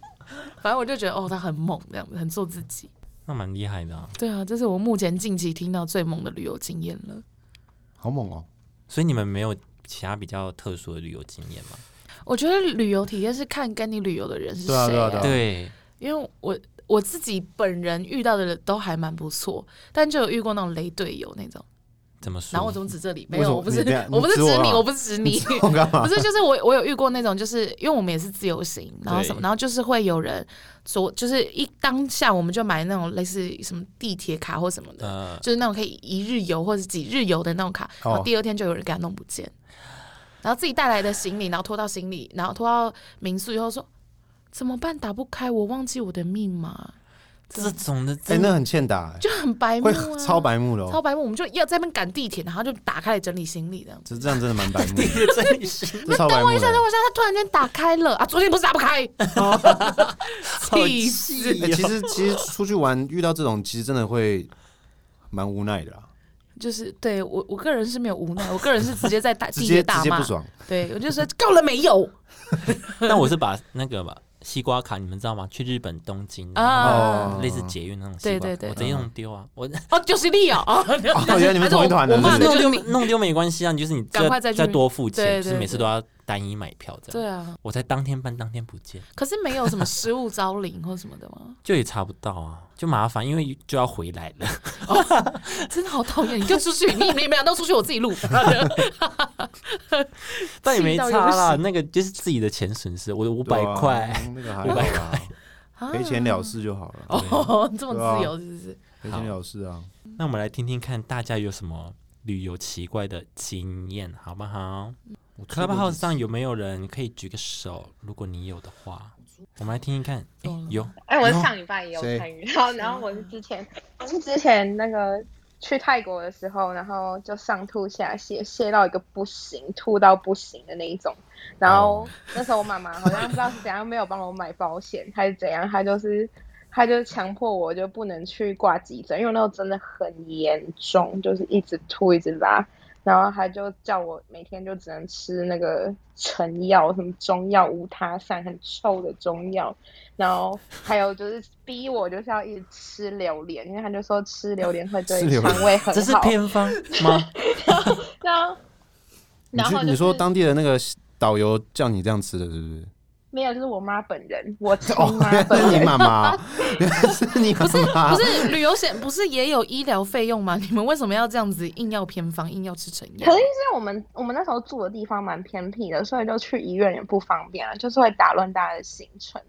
B: 反正我就觉得哦，他很猛，这样子很做自己。
A: 那蛮厉害的啊。
B: 对啊，这是我目前近期听到最猛的旅游经验了。
C: 好猛哦！
A: 所以你们没有其他比较特殊的旅游经验吗？
B: 我觉得旅游体验是看跟你旅游的人是谁、
C: 对啊对啊对啊
A: 对，
B: 因为我我自己本人遇到的都还蛮不错，但就有遇过那种雷队友那种。
A: 怎么说？
B: 然后我怎么指这里？没
C: 为什
B: 有，
C: 么
B: 我不是
C: 你等下，
B: 我不是指
C: 你指我
B: 你，
C: 啊
B: 我不是指你。
C: 我干嘛
B: 不？是，就是我，我有遇过那种，就是因为我们也是自由行，然后什么，
A: 对
B: 然后就是会有人说，就是一当下我们就买那种类似什么地铁卡或什么的，
A: 呃，
B: 就是那种可以一日游或者几日游的那种卡，然后
C: 哦
B: 第二天就有人给他弄不见，然后自己带来的行李，然后拖到行李，然后拖到民宿以后说怎么办？打不开，我忘记我的密码，
A: 这种的，
C: 哎，
A: 真的
C: 那很欠打欸，
B: 就很白目
C: 会
B: 啊，
C: 超白目的
B: 超
C: 哦。
B: 白目，我们就要在那边赶地铁，然后就打开来整理行李这样。
C: 这这样真的蛮白 目的，
A: 这里是
C: 这超白目的
B: 但。我现在他突然间打开了啊！昨天不是打不 开，气死！
C: 哎，其实其实出去玩遇到这种，其实真的会蛮无奈的啦，
B: 就是对我我个人是没有无奈，我个人是直接在打
C: 直
B: 地
C: 接
B: 铁
C: 直
B: 大
C: 接
B: 骂
C: 不，爽。
B: 对我就说够了没有
A: 那我是把那个吧，西瓜卡，你们知道吗？去日本东京，
B: 啊
C: 哦！
A: 类似捷运那种西瓜卡，
B: 对对对
A: 我直接弄丢啊，我
B: 哦，就是力哦哦，
C: 哦，原来你们同一团的，
B: 我
C: 是
B: 骂
C: 不
B: 那
C: 是
B: 就
A: 弄丢
B: 你
A: 弄丢没关系啊，你就是你
B: 赶快再去
A: 再多付
B: 对
A: 钱，
B: 对
A: 就是每次
B: 对
A: 都要单一买票这样。
B: 对啊，
A: 我在当天办，当天不见，
B: 可是没有什么失物招领或什么的吗？
A: 就也查不到啊，就麻烦，因为就要回来了。
B: 真的好讨厌！你 就出去，你你们俩都出去，我自己录。
A: 但也没
B: 气到
A: 差
B: 一个不
A: 啦，
B: 行
A: 那个就是自己的钱损失，我的五百块，
C: 对啊，那个还
A: 五百
C: 好啦， 赔钱了事就好了，
B: 啊哦，这么自由是不是？
C: 赔钱了事啊。
A: 那我们来听听看大家有什么旅游奇怪的经验，好不好？Clubhouse 上有没有人可以举个手？如果你有的话，我们来听听看。诶
B: 懂了
A: 有
D: 哎，我
C: 然后
D: 上礼拜也有
C: 谁
D: 参与，然后然后我是之前我是之前那个去泰国的时候，然后就上吐下泻，泻到一个不行，吐到不行的那一种。然后
A: 哦
D: 那时候我妈妈好像不知道是怎样，没有帮我买保险还是怎样，她就是她就强迫我就不能去挂急诊，因为那时候真的很严重，就是一直吐一直拉。然后他就叫我每天就只能吃那个成药，什么中药、无他散，很臭的中药。然后还有就是逼我就是要一直吃榴莲，因为他就说吃榴莲会对
C: 吃榴莲
D: 肠胃很
A: 这是
D: 好。
A: 偏方吗？
D: 然后
C: 你
D: 然后
C: 去
D: 就是
C: 你说当地的那个导游叫你这样吃的，是 不是？
D: 没有，就是我妈本人，我亲
C: 哦，
D: 妈
C: 原来
D: 本
C: 是你
D: 人。
C: 妈妈 哦，原来是你妈妈。
B: 啊不是旅游险，不是也有医疗费用吗？你们为什么要这样子硬要偏方，硬要吃成药
D: 可是？因为我们我们那时候住的地方蛮偏僻的，所以就去医院也不方便啊，就是会打乱大家的行程。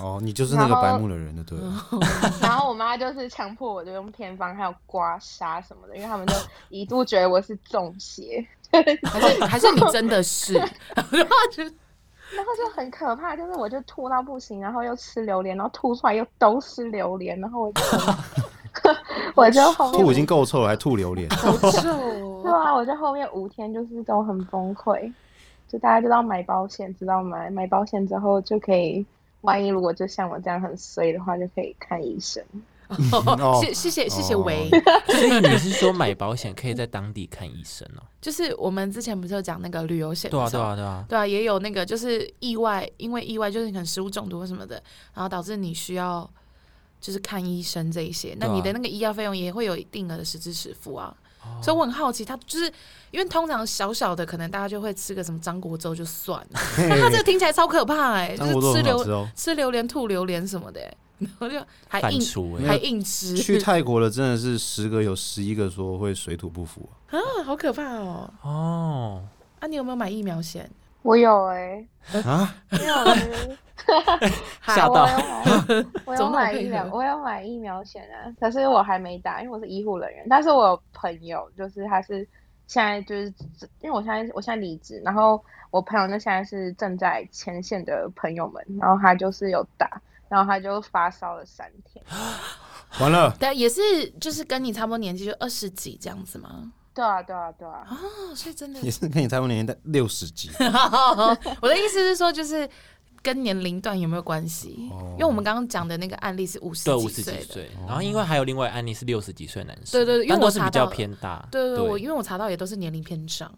C: 哦，你就是那个白目的人，就对了。
B: 嗯
D: 然后我妈就是强迫我就用偏方，还有刮痧什么的，因为他们就一度觉得我是中邪，
B: 还是还是你真的 是？然后就
D: 然后就很可怕，就是我就吐到不行，然后又吃榴莲，然后吐出来又都是榴莲，然后我就 我就后 面
C: 吐已经够臭了，还吐榴莲。
B: 好臭
D: 对
B: 哦！
D: 啊，我就后面五天就是都很崩溃，就大家知道买保险，知道买买保险之后就可以，万一如果就像我这样很衰的话，就可以看医生。
C: 哦
B: 谢谢谢谢谢
C: 哦
B: 维，
A: 所以你是说买保险可以在当地看医生哦？
B: 就是我们之前不是有讲那个旅游险？
A: 对啊，对。啊，对啊。
B: 对啊，也有那个就是意外，因为意外就是你可能食物中毒或什么的，然后导致你需要就是看医生这一些，那
A: 对啊
B: 你的那个医药费用也会有一定额的实支实付啊。
A: 哦
B: 所以我很好奇，他就是因为通常小小的，可能大家就会吃个什么张国粥就算了，但他这个听起来超可怕哎、就
C: 张国
B: 是吃
C: 粥很好
B: 榴
C: 吃哦。
B: 吃榴莲、吐榴莲什么的、欸，我就还
A: 反
B: 硬
A: 刍哎、
B: 还硬吃，
C: 去泰国的真的是十个有十一个说会水土不服、
B: 啊，好可怕哦！
A: 哦，
B: 啊，你有没有买疫苗险？
D: 我有哎、
C: 啊，
D: 欸，因为我就是
A: 吓
D: 我
A: 到
B: 哦
D: 有买， 我有买疫
B: 怎么那么配
D: 苗，
B: 合
D: 我有买疫苗险啊，可是我还没打，因为我是医护人员。但是我有朋友，就是他是现在就是，因为我现在我现在离职，然后我朋友那现在是正在前线的朋友们，然后他就是有打，然后他就发烧了三天。
B: 啊
C: 完了，
B: 但啊也是就是跟你差不多年纪，就二十几这样子吗？
D: 对啊，对啊，对啊，
B: 哦，所以真的
C: 也，是跟你差不多年代六十 几，
B: 我的意思是说，就是跟年龄段有没有关系？因为我们刚刚讲的那个案例是五十
A: 对，
B: 几
A: 五十
B: 岁
A: 几
B: 的。
A: 岁，然后因为还有另外案例是六十几岁男生，
B: 对对对因为
A: 但
B: 我
A: 都是
B: 查
A: 比较
B: 到了
A: 偏大，
B: 对对，
A: 对，
B: 对我因为我查到也都是年龄偏上，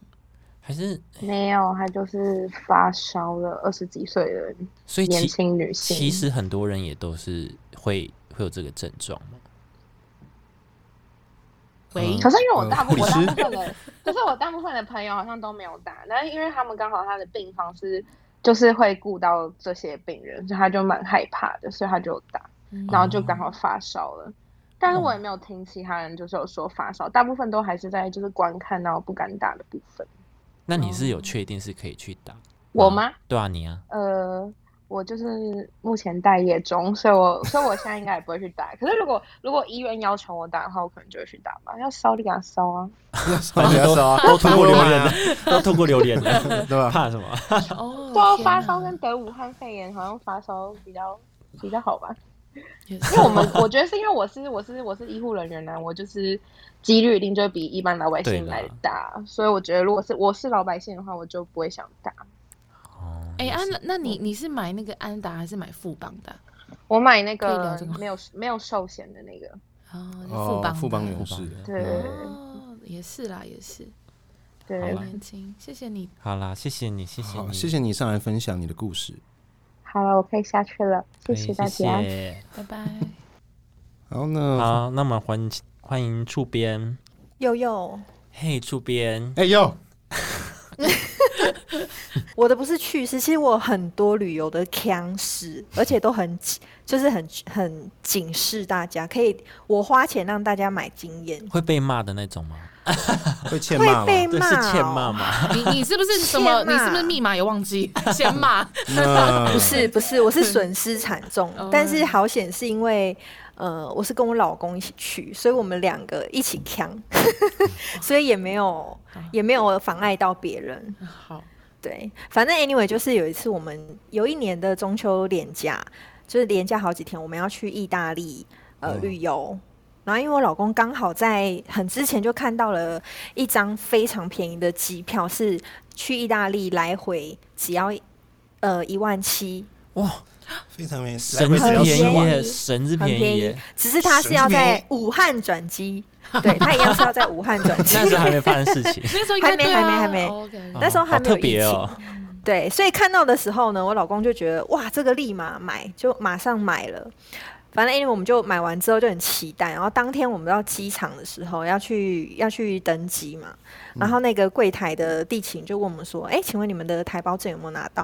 A: 还是
D: 没有，他就是发烧了二十几岁的人
A: 所以
D: 年
A: 其
D: 轻女性。
A: 其实很多人也都是会会有这个症状嘛，
B: 喂，
D: 可是因为我
C: 嗯
D: 大部
C: 你
D: 我大
C: 是
D: 部分的，可是我大部分的朋友好像都没有打，但是因为他们刚好他的病房是就是会顾到这些病人，所以他就蛮害怕的，所以他就打，
B: 嗯
D: 然后就刚好发烧了。但是我也没有听其他人就是有说发烧，大部分都还是在就是观看然后不敢打的部分。
A: 那你是
B: 哦
A: 有确定是可以去打？
D: 我吗？
A: 对啊，你 啊，
D: 呃，我就是目前待业中，所以我所以我现在应该也不会去打。可是如果如果医院要求我打的话，我可能就会去打吧。要烧就给他烧啊。
C: 大家 说啊，
A: 都通过榴
C: 流
A: 莲了，都通过榴莲 了，
C: 对啊吧？
A: 怕什么？
B: 哦，
D: 对啊，
B: 天
D: 发
B: 哪
D: 烧跟得武汉肺炎好像发烧比较比较 好吧？
B: 也
D: 因为我们我觉得是因为我是我是我是医护人员呢、啊我就是几率一定就比一般老百姓
A: 对啦
D: 来的大，所以我觉得如果是我是老百姓的话，我就不会想打。
A: 哦，
B: 哎安，那那你你是买那个安达还是买富邦的啊？
D: 我买那
B: 可以聊
D: 个
B: 这个吗
D: 没有没有寿险的那个，
B: 哦，是富
C: 哦
B: 邦，的
C: 富邦勇士，
D: 对
C: 嗯
B: 哦，啊也是啦，也是
A: 好
D: 对
A: 啦，
B: 年轻，谢谢你。
A: 好啦，谢谢你，谢谢
C: 好，
A: 你，
C: 谢谢你上来分享你的故事。
D: 好了，我可以下去了，谢
A: 对，
D: 谢大家，
A: 哎谢
B: 拜拜。
C: 然后呢？
A: 好，那么欢迎欢迎触边，
E: 悠悠，
A: 嘿，触边，
C: 哎呦，
E: 我的不是趣事，其实我有很多旅游的腔事，而且都很警就是很很警示大家，可以我花钱让大家买经验，
A: 会被骂的那种吗？
C: 会欠骂吗？
E: 会被
A: 对，
E: 骂、
A: 是
E: 哦，
A: 欠骂吗？
B: 你你是不是什么？
E: 先
B: 你
E: 骂
B: 是不是密码也忘 记？先骂。
C: 那
E: 不
A: 嗯
E: 是不是，我是损失惨重
B: 哦，
E: 但是好险是因为，呃，我是跟我老公一起去，所以我们两个一起 扛，所以也没有也没有妨碍到别人。
B: 好，，
E: 对，反正 anyway 就是有一次我们有一年的中秋连假，就是连假好几天，我们要去意大利呃、
C: 嗯
E: 旅游。然后因为我老公刚好在很之前就看到了一张非常便宜的机票，是去意大利来回只要呃一万七
A: 哇，
C: 非常没
A: 神之
E: 很
A: 便宜
E: 便
A: 耶，
E: 宜
A: 神之
E: 很
A: 便
E: 便
A: 宜
E: 宜
A: 耶，，
E: 只是他
C: 神
E: 是要
C: 经病
E: 在武汉转机，对他一样是要在武汉转机。
A: 那时候还没发生事 情
B: 那时候应该
E: 还没
B: 对啊
E: 还没还没
B: OK，
E: 那时候
A: 哦
E: 还
A: 好
E: 没有
A: 特
E: 疫情
A: 别哦，
E: 对，所以看到的时候呢，我老公就觉得哇，这个立马买，就马上买了。反正因为我们就买完之后就很期待，然后当天我们到机场的时候要去要去登机嘛，然后那个柜台的地勤就问我们说：“哎、请问你们的台胞证有没有拿到？”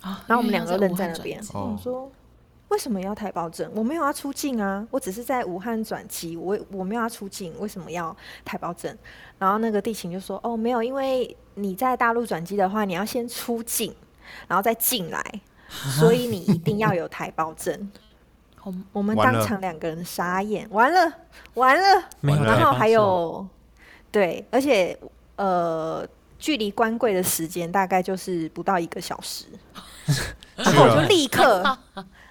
B: 啊
E: 然后我们两个愣在那
C: 武
E: 边，
C: 汉转机
E: 我说。为什么要台胞证？我没有要出境啊，我只是在武汉转机，我我没有要出境，为什么要台胞证？然后那个地勤就说：“哦，没有，因为你在大陆转机的话，你要先出境，然后再进来，所以你一定要有台胞证。
B: 好”
E: 我们
C: 完
E: 当
C: 了
E: 场两个人傻眼，完了完了，
A: 没有
C: 完了
A: 开
E: 然后
A: 发
E: 还
A: 售
E: 有，对，而且呃，距离关柜的时间大概就是不到一个小 时，然后我就立刻，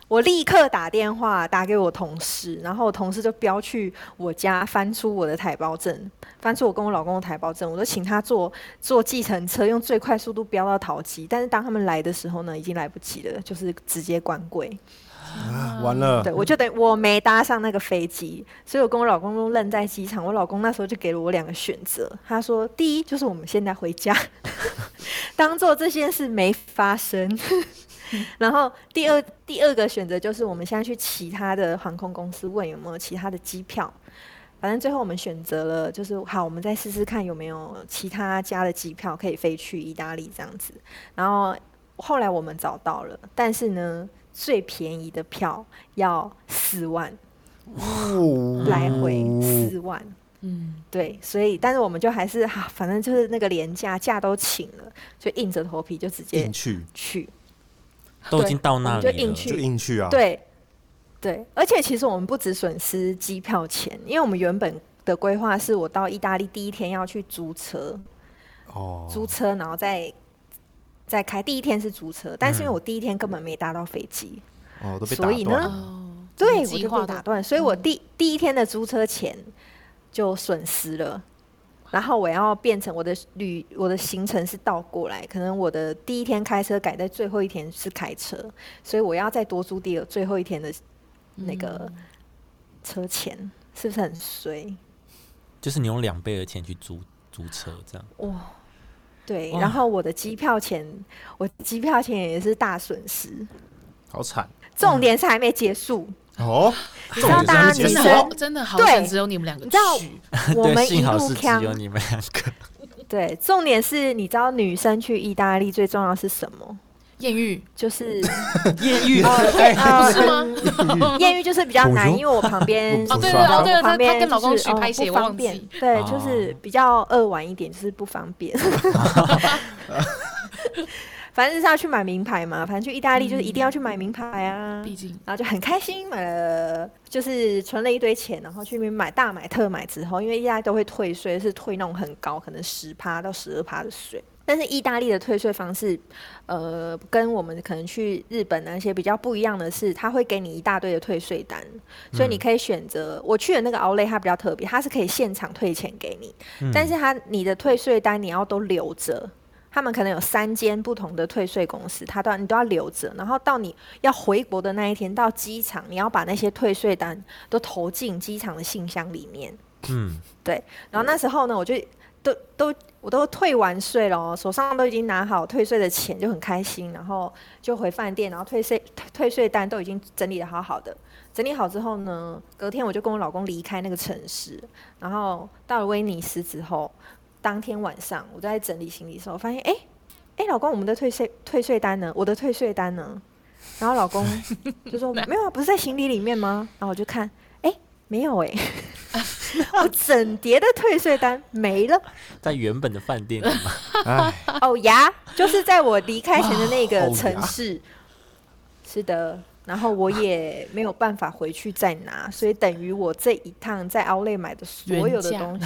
E: 我立刻打电话打给我同事，然后我同事就飙去我家翻出我的台胞证，翻出我跟我老公的台胞证，我就请他坐坐计程车，用最快速度飙到桃机。但是当他们来的时候呢，已经来不及了，就是直接关柜。
C: 啊完了
E: 对，，我就等于我没搭上那个飞机，所以我跟我老公都愣在机场。我老公那时候就给了我两个选择，他说：第一就是我们现在回家， 当做这件事没发生； 然后第二第二个选择就是我们现在去其他的航空公司问有没有其他的机票。反正最后我们选择了，就是好，我们再试试看有没有其他家的机票可以飞去意大利这样子。然后后来我们找到了，但是呢，最便宜的票要四万
C: 哦嗯
E: 来回，四万。
B: 嗯，
E: 对，所以但是我们就还是 哈、啊，反正就是那个廉价假都请了，就硬着头皮就直接
C: 硬去
E: 去。
A: 都已经到那
E: 对
A: 里
E: 我们
A: 了
E: 就，硬
C: 就硬去啊，，
E: 对，对，而且其实我们不止损失机票钱，因为我们原本的规划是我到意大利第一天要去租车，
C: 哦，
E: 租车然后再再开。第一天是租车，但是因为
A: 嗯
E: 我第一天根本没搭到飞机，
C: 哦都被打
E: 所以呢
C: 断了
B: 哦，
E: 对我
B: 计
E: 就
B: 划
E: 被
B: 的嗯
E: 打断，所以我第、第一天的租车钱就损失了。然后我要变成我的旅，我的行程是倒过来，可能我的第一天开车改在最后一天是开车，所以我要再多租第二最后一天的那
B: 嗯
E: 个车钱，是不是很衰？
A: 就是你用两倍的钱去租租车这样。
E: 哇、对，
A: 哇
E: 然后我的机票钱，我机票钱也是大损失，
C: 好惨
E: 重点是还没结束，
C: 哦，你
E: 你知道大家
B: 真
E: 女
B: 的
E: 生
B: 好，真的好想
E: 对
B: 只有你们两个
E: 你知道
B: 去，
E: 我 们
A: 对，
E: 一
A: 幸好
E: 路
A: 是只
E: 扛
A: 有你们两个。
E: 对，重点是你知道女生去意大利最重要是什么？
B: 艳遇
E: 就是
A: 艳遇，
C: 哎
E: 呃
B: 是吗？
E: 艳遇就是比较难，因为我旁边呃
C: 哦
B: 对
C: 不爽
B: 哦，对
E: 我
B: 了，他
E: 旁
B: 他
E: 边
B: 跟老公
E: 就是
B: 去
E: 哦
B: 拍戏，我
E: 不
B: 忘
E: 方
B: 记
E: 便，。对，就是比较扼腕一点，就是不方便。反正就是要去买名牌嘛，反正去意大利就是一定要去买名牌啊。
B: 毕竟
E: 然后就很开心，买了就是存了一堆钱，然后去那边买大买特买之后，因为意大利都会退税，是退那种很高，可能十趴到十二趴的税。但是意大利的退税方式，呃，跟我们可能去日本那些比较不一样的是，它会给你一大堆的退税单，所以你可以选择。我去的那个 o u l e 它比较特别，它是可以现场退钱给你，但是它你的退税单你要都留着。他们可能有三间不同的退税公司，它都要你都要留着，然后到你要回国的那一天，到机场你要把那些退税单都投进机场的信箱里面。
A: 嗯，
E: 对，然后那时候呢，我就都都我都退完税了哦，手上都已经拿好退税的钱，就很开心，然后就回饭店，然后退税退退税单都已经整理的好好的，整理好之后呢，隔天我就跟我老公离开那个城市，然后到了威尼斯之后，当天晚上我在整理行李的时候，发现哎哎，诶老公，我们的退税退税单呢？我的退税单呢？然后 老公就说没有啊，不是在行李里面吗？然后我就看，哎，没有 哎、我整叠的退税单没了。
A: 在原本的饭店里嘛，
C: 哎，
E: 哦呀，就是在我离开前的那个
C: 哇
E: 城市。是的，然后我也没有办法回去再拿，所以等于我这一趟在 o u l e 买的所有的
B: 原价
E: 东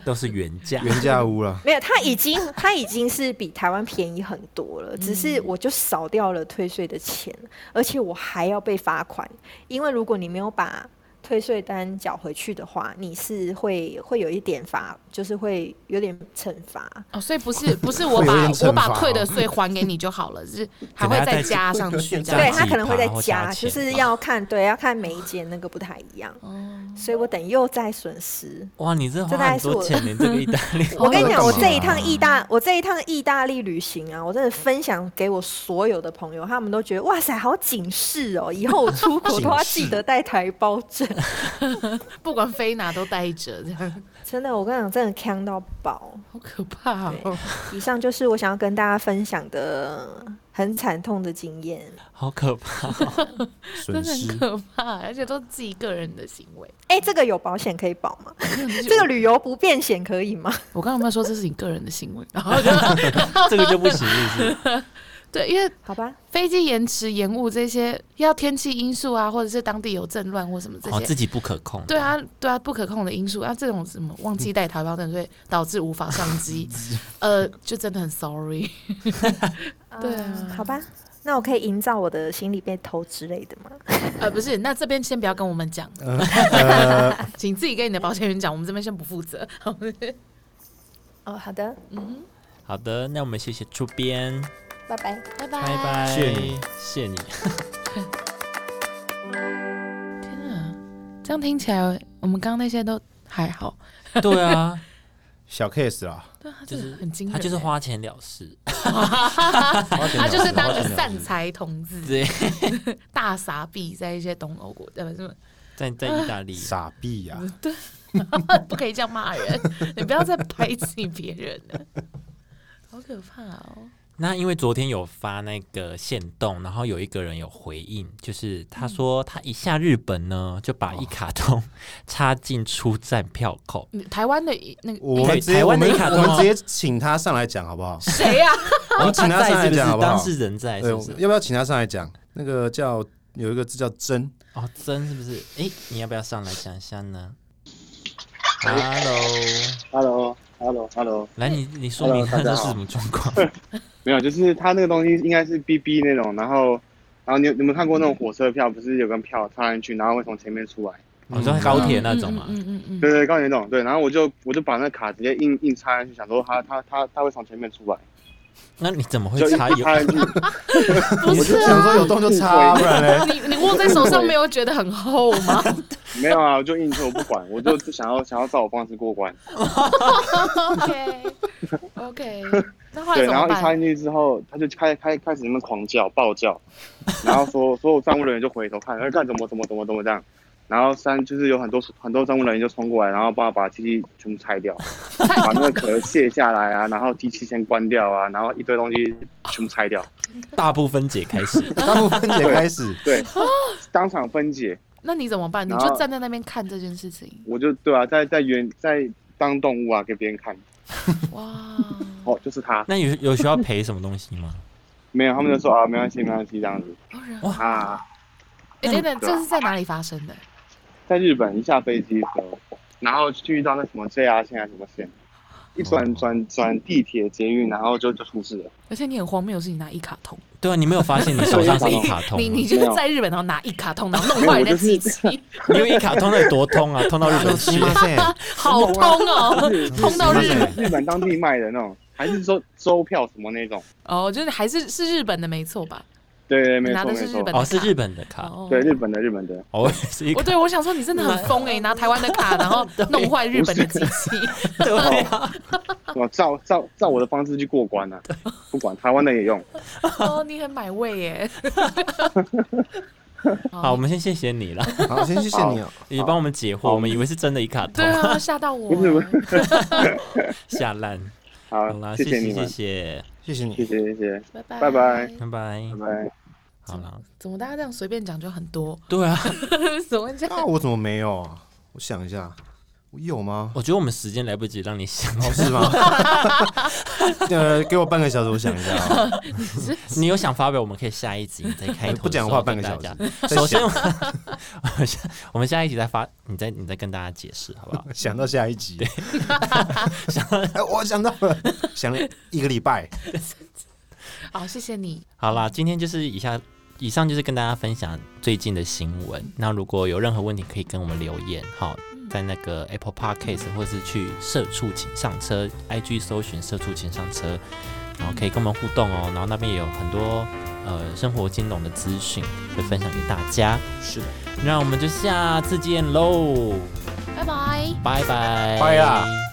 A: 都是原价。
C: 原价屋了，
E: 没有，它已经它已经是比台湾便宜很多
A: 嗯
E: 了，只是我就少掉了退税的钱，而且我还要被罚款，因为如果你没有把退税单缴回去的话，你是会会有一点罚，就是会有点惩罚。
B: 哦，所以不是不是我
C: 会有
B: 把
C: 点惩
B: 我把
C: 罚
B: 退的
C: 哦
B: 税还给你就好了，是还
A: 可能要
B: 会再
A: 再
B: 加上 去这
A: 加
E: 对
B: 样。
A: 几
E: 他可能会再
A: 趴或加
E: 加，就
A: 钱哦
E: 是
A: 吧
E: 要看对要看每一间那个不太一样，所以我等于又在损失。
A: 哇，你这
E: 这
A: 花
E: 大概
A: 很
E: 是
A: 多
E: 我。
A: 钱呢，这个意大利
E: 我跟你讲，
C: 干
E: 我
C: 嘛
E: 这一趟意大，我这一趟意大利旅行啊，我真的分享给我所有的朋友，他们都觉得哇塞，好警示 哦！以后我出国都要记得带台胞证。
B: 不管飞哪都带着，这样
E: 真的，我跟你讲，真的坑到爆。
B: 好可怕哦。
E: 对，以上就是我想要跟大家分享的很惨痛的经验。
A: 好可怕哦！
B: 真
C: 损
B: 的
C: 失
B: 很可怕，而且都是自己个人的行 为。
E: 哎，这个有保险可以保吗？这
B: 这
E: 个旅游不便险可以吗？
B: 我刚刚有没有说这是你个人的行为？ 然后就
A: 这个就不行，是 不是？
B: 对，因为
E: 好吧，
B: 飞机延迟、延误这些，要天气因素啊，或者是当地有政乱或什么这
A: 哦，
B: 些。
A: 自己不可控。
B: 对，啊，对啊，不可控的因素啊，这种什么忘记带台胞证，所以导致无法上 机，呃，就真的很 sorry。对啊
E: 好吧，那我可以营造我的心里被偷之类的吗？
B: 呃，不是，那这边先不要跟我们讲，
A: 呃
B: 请自己跟你的保险员讲，我们这边先不负责。
E: 哦，好的，
A: 好的，那我们谢谢出边，
E: 拜拜。
B: 拜 拜
A: 拜拜，
C: 谢你，
A: 谢你。
B: 天啊，这样听起来，我们刚刚那些都还好，
A: 对 啊，
C: 小 case 啦，
B: 对啊，这
A: 就
B: 个
A: 是
B: 很惊人
A: 他
B: 欸，
A: 就是花啊钱了事，
B: 他
C: 他
B: 就是当个散财童子，
A: 对，
B: 大傻逼，在一些东欧国，呃，不是，
A: 在在意大 利，
C: 傻逼呀，
B: 不可以这 样骂人，你不要再排挤别人了，好可怕哦！
A: 那因为昨天有发那个线动，然后有一个人有回应，就是
C: 嗯
A: 他说他一下日本呢，就
C: 哦
A: 把一卡通 插进出站票口。
B: 嗯台湾的一那个
C: 我们
A: 对
C: 直接
A: 哎台
C: 我
A: 湾的
C: 们
A: 一卡
C: 我
A: 通
C: 们直接请他上来讲好不好？
B: 谁啊 呀？
C: 我哦们请他
A: 在
C: 上来
A: 是不是
C: 讲好不好
A: 当？事人在
C: 对
A: 哎是不是？
C: 要不要请他上来讲？那个叫有一个字叫真，
A: 哦，真是不是？诶，你要不要上来讲一下呢？Hello，
F: Hello，Hello，Hello，
A: 来你你说
F: Hello，
A: 明他
F: 大
A: 这
F: 家
A: 是
F: 好
A: 什么状况？
F: 没有，就是它那个东西应该是 BB 那种，然后，然后你有你们看过那种火车票，不是有根票插进去，然后会从前面出来，
A: 我说高铁那种嘛
B: 嘛，，嗯嗯嗯 嗯
F: 对对，高铁那种，对，然后我就我就把那卡直接硬硬插进去，想说它它它它会从前面出来，
A: 那你怎么会
F: 就
A: 插
F: 一
A: 有？
F: 插进去，
B: 不
C: 我
B: 是
C: 就想
B: 啊，
C: 说有洞就插 啊，不然嘞，
B: 你你握在手上没有觉得很厚吗？
F: 没有啊，我就硬推，我不管，我就想要想要照我方式过关，
B: OK OK，那后来
F: 对，
B: 怎
F: 然后
B: 么
F: 一插
B: 办？
F: 进去之后，他就开开开始那么狂叫暴 叫，然后所所有站务人员就回头看，哎，干怎么怎么怎么怎么这样，然后三就是有很多很多站务人员就冲过来，然后帮我把机器全部 拆掉，把那个壳卸下来啊，然后机器先关掉啊，然后一堆东西全部拆掉，
A: 大部分解开始，
C: 大部分解开始，
F: 对， 当场分解，
B: 那你怎么办？你
F: 然后
B: 就站在那边看这件事情，
F: 我就对啊，在在原在当动物啊给别人看，
B: 哇！
F: 哦，就是他，
A: 那有有需要赔什么东西吗？
F: 没有，他们就说啊，没关系，没关系，这样子
B: 哦然后
F: 啊，
B: 哎，等等，这是在哪里发生的？
F: 在日本一下飞机的时候，然后去到那什么 JR 线还啊是什么线，一转转转地铁捷运，然后就就出事了。
B: 而且你很荒谬，是你拿一卡通，
A: 对啊，你没有发现你手上是一卡通吗？
B: 你你
A: 你
B: 就
F: 没
B: 是
F: 有
B: 在日本，然后拿一卡通，然后弄坏人家机器，
A: 用一卡通的多通啊，通到日本去。
B: 好通哦，通到日本
F: 日本当地卖的那种，还是说周票什么那种？
B: 哦，就是还是是日本的没错吧？
F: 对对，没
B: 拿
F: 错
B: 的
F: 没
B: 是日本
F: 错，
A: 哦，是日本的卡，
B: 哦，
F: 啊对日本的日本的，
A: 哦，是一
B: 我
A: 卡。
B: 对我想说你真的很疯哎，拿台湾的卡，然后弄坏日本的机器。
A: 对啊，
F: 我哦照照照我的方式去过 关啊，不管台湾的也用。
B: 哦，你很买味 耶。
A: 好，我们先谢谢你了，
C: 好，先谢谢你哦。
A: 你帮我们解惑，我们以为是真的一卡通
B: 对，啊，吓到我。
F: 不是不是
A: 吓烂。
F: 好
A: 好，啦，
F: 谢
A: 谢
F: 谢你
A: 谢
F: 们，
A: 谢，
C: 谢谢
F: 谢
C: 你，
F: 谢谢谢，
B: 拜拜
F: 拜拜
A: 拜拜
F: 拜。拜。
A: 好了，
B: 怎么大家这样随便讲就很多？
A: 对啊，
B: 怎么会这
C: 那
B: 样？
C: 我怎么没有啊？我想一下，我有吗？
A: 我觉得我们时间来不及让你 想，
C: 哦，是吗？ 呃，给我半个小时，我想一下 啊。
A: 你有想发表，我们可以下一集你再开头的时候
C: 不讲话半个小时
A: 给大家。首先，我们 我下我们下一集再发，你再你再跟大家解释好不好？
C: 想到下一集，哎，我 想到了，想了一个礼拜，
B: 好，谢谢你。
A: 好啦，今天就是以下以上就是跟大家分享最近的新闻。那如果有任何问题，可以跟我们留言，好，
C: 嗯
A: 在那个 Apple Podcast 或是去社畜请上车 IG 搜寻社畜请上车，然后可以跟我们互动哦。然后那边也有很多呃生活金融的资讯会分享给大家。
C: 是的，
A: 那我们就下次见喽，
B: 拜拜。
A: 拜拜，
C: 拜啦。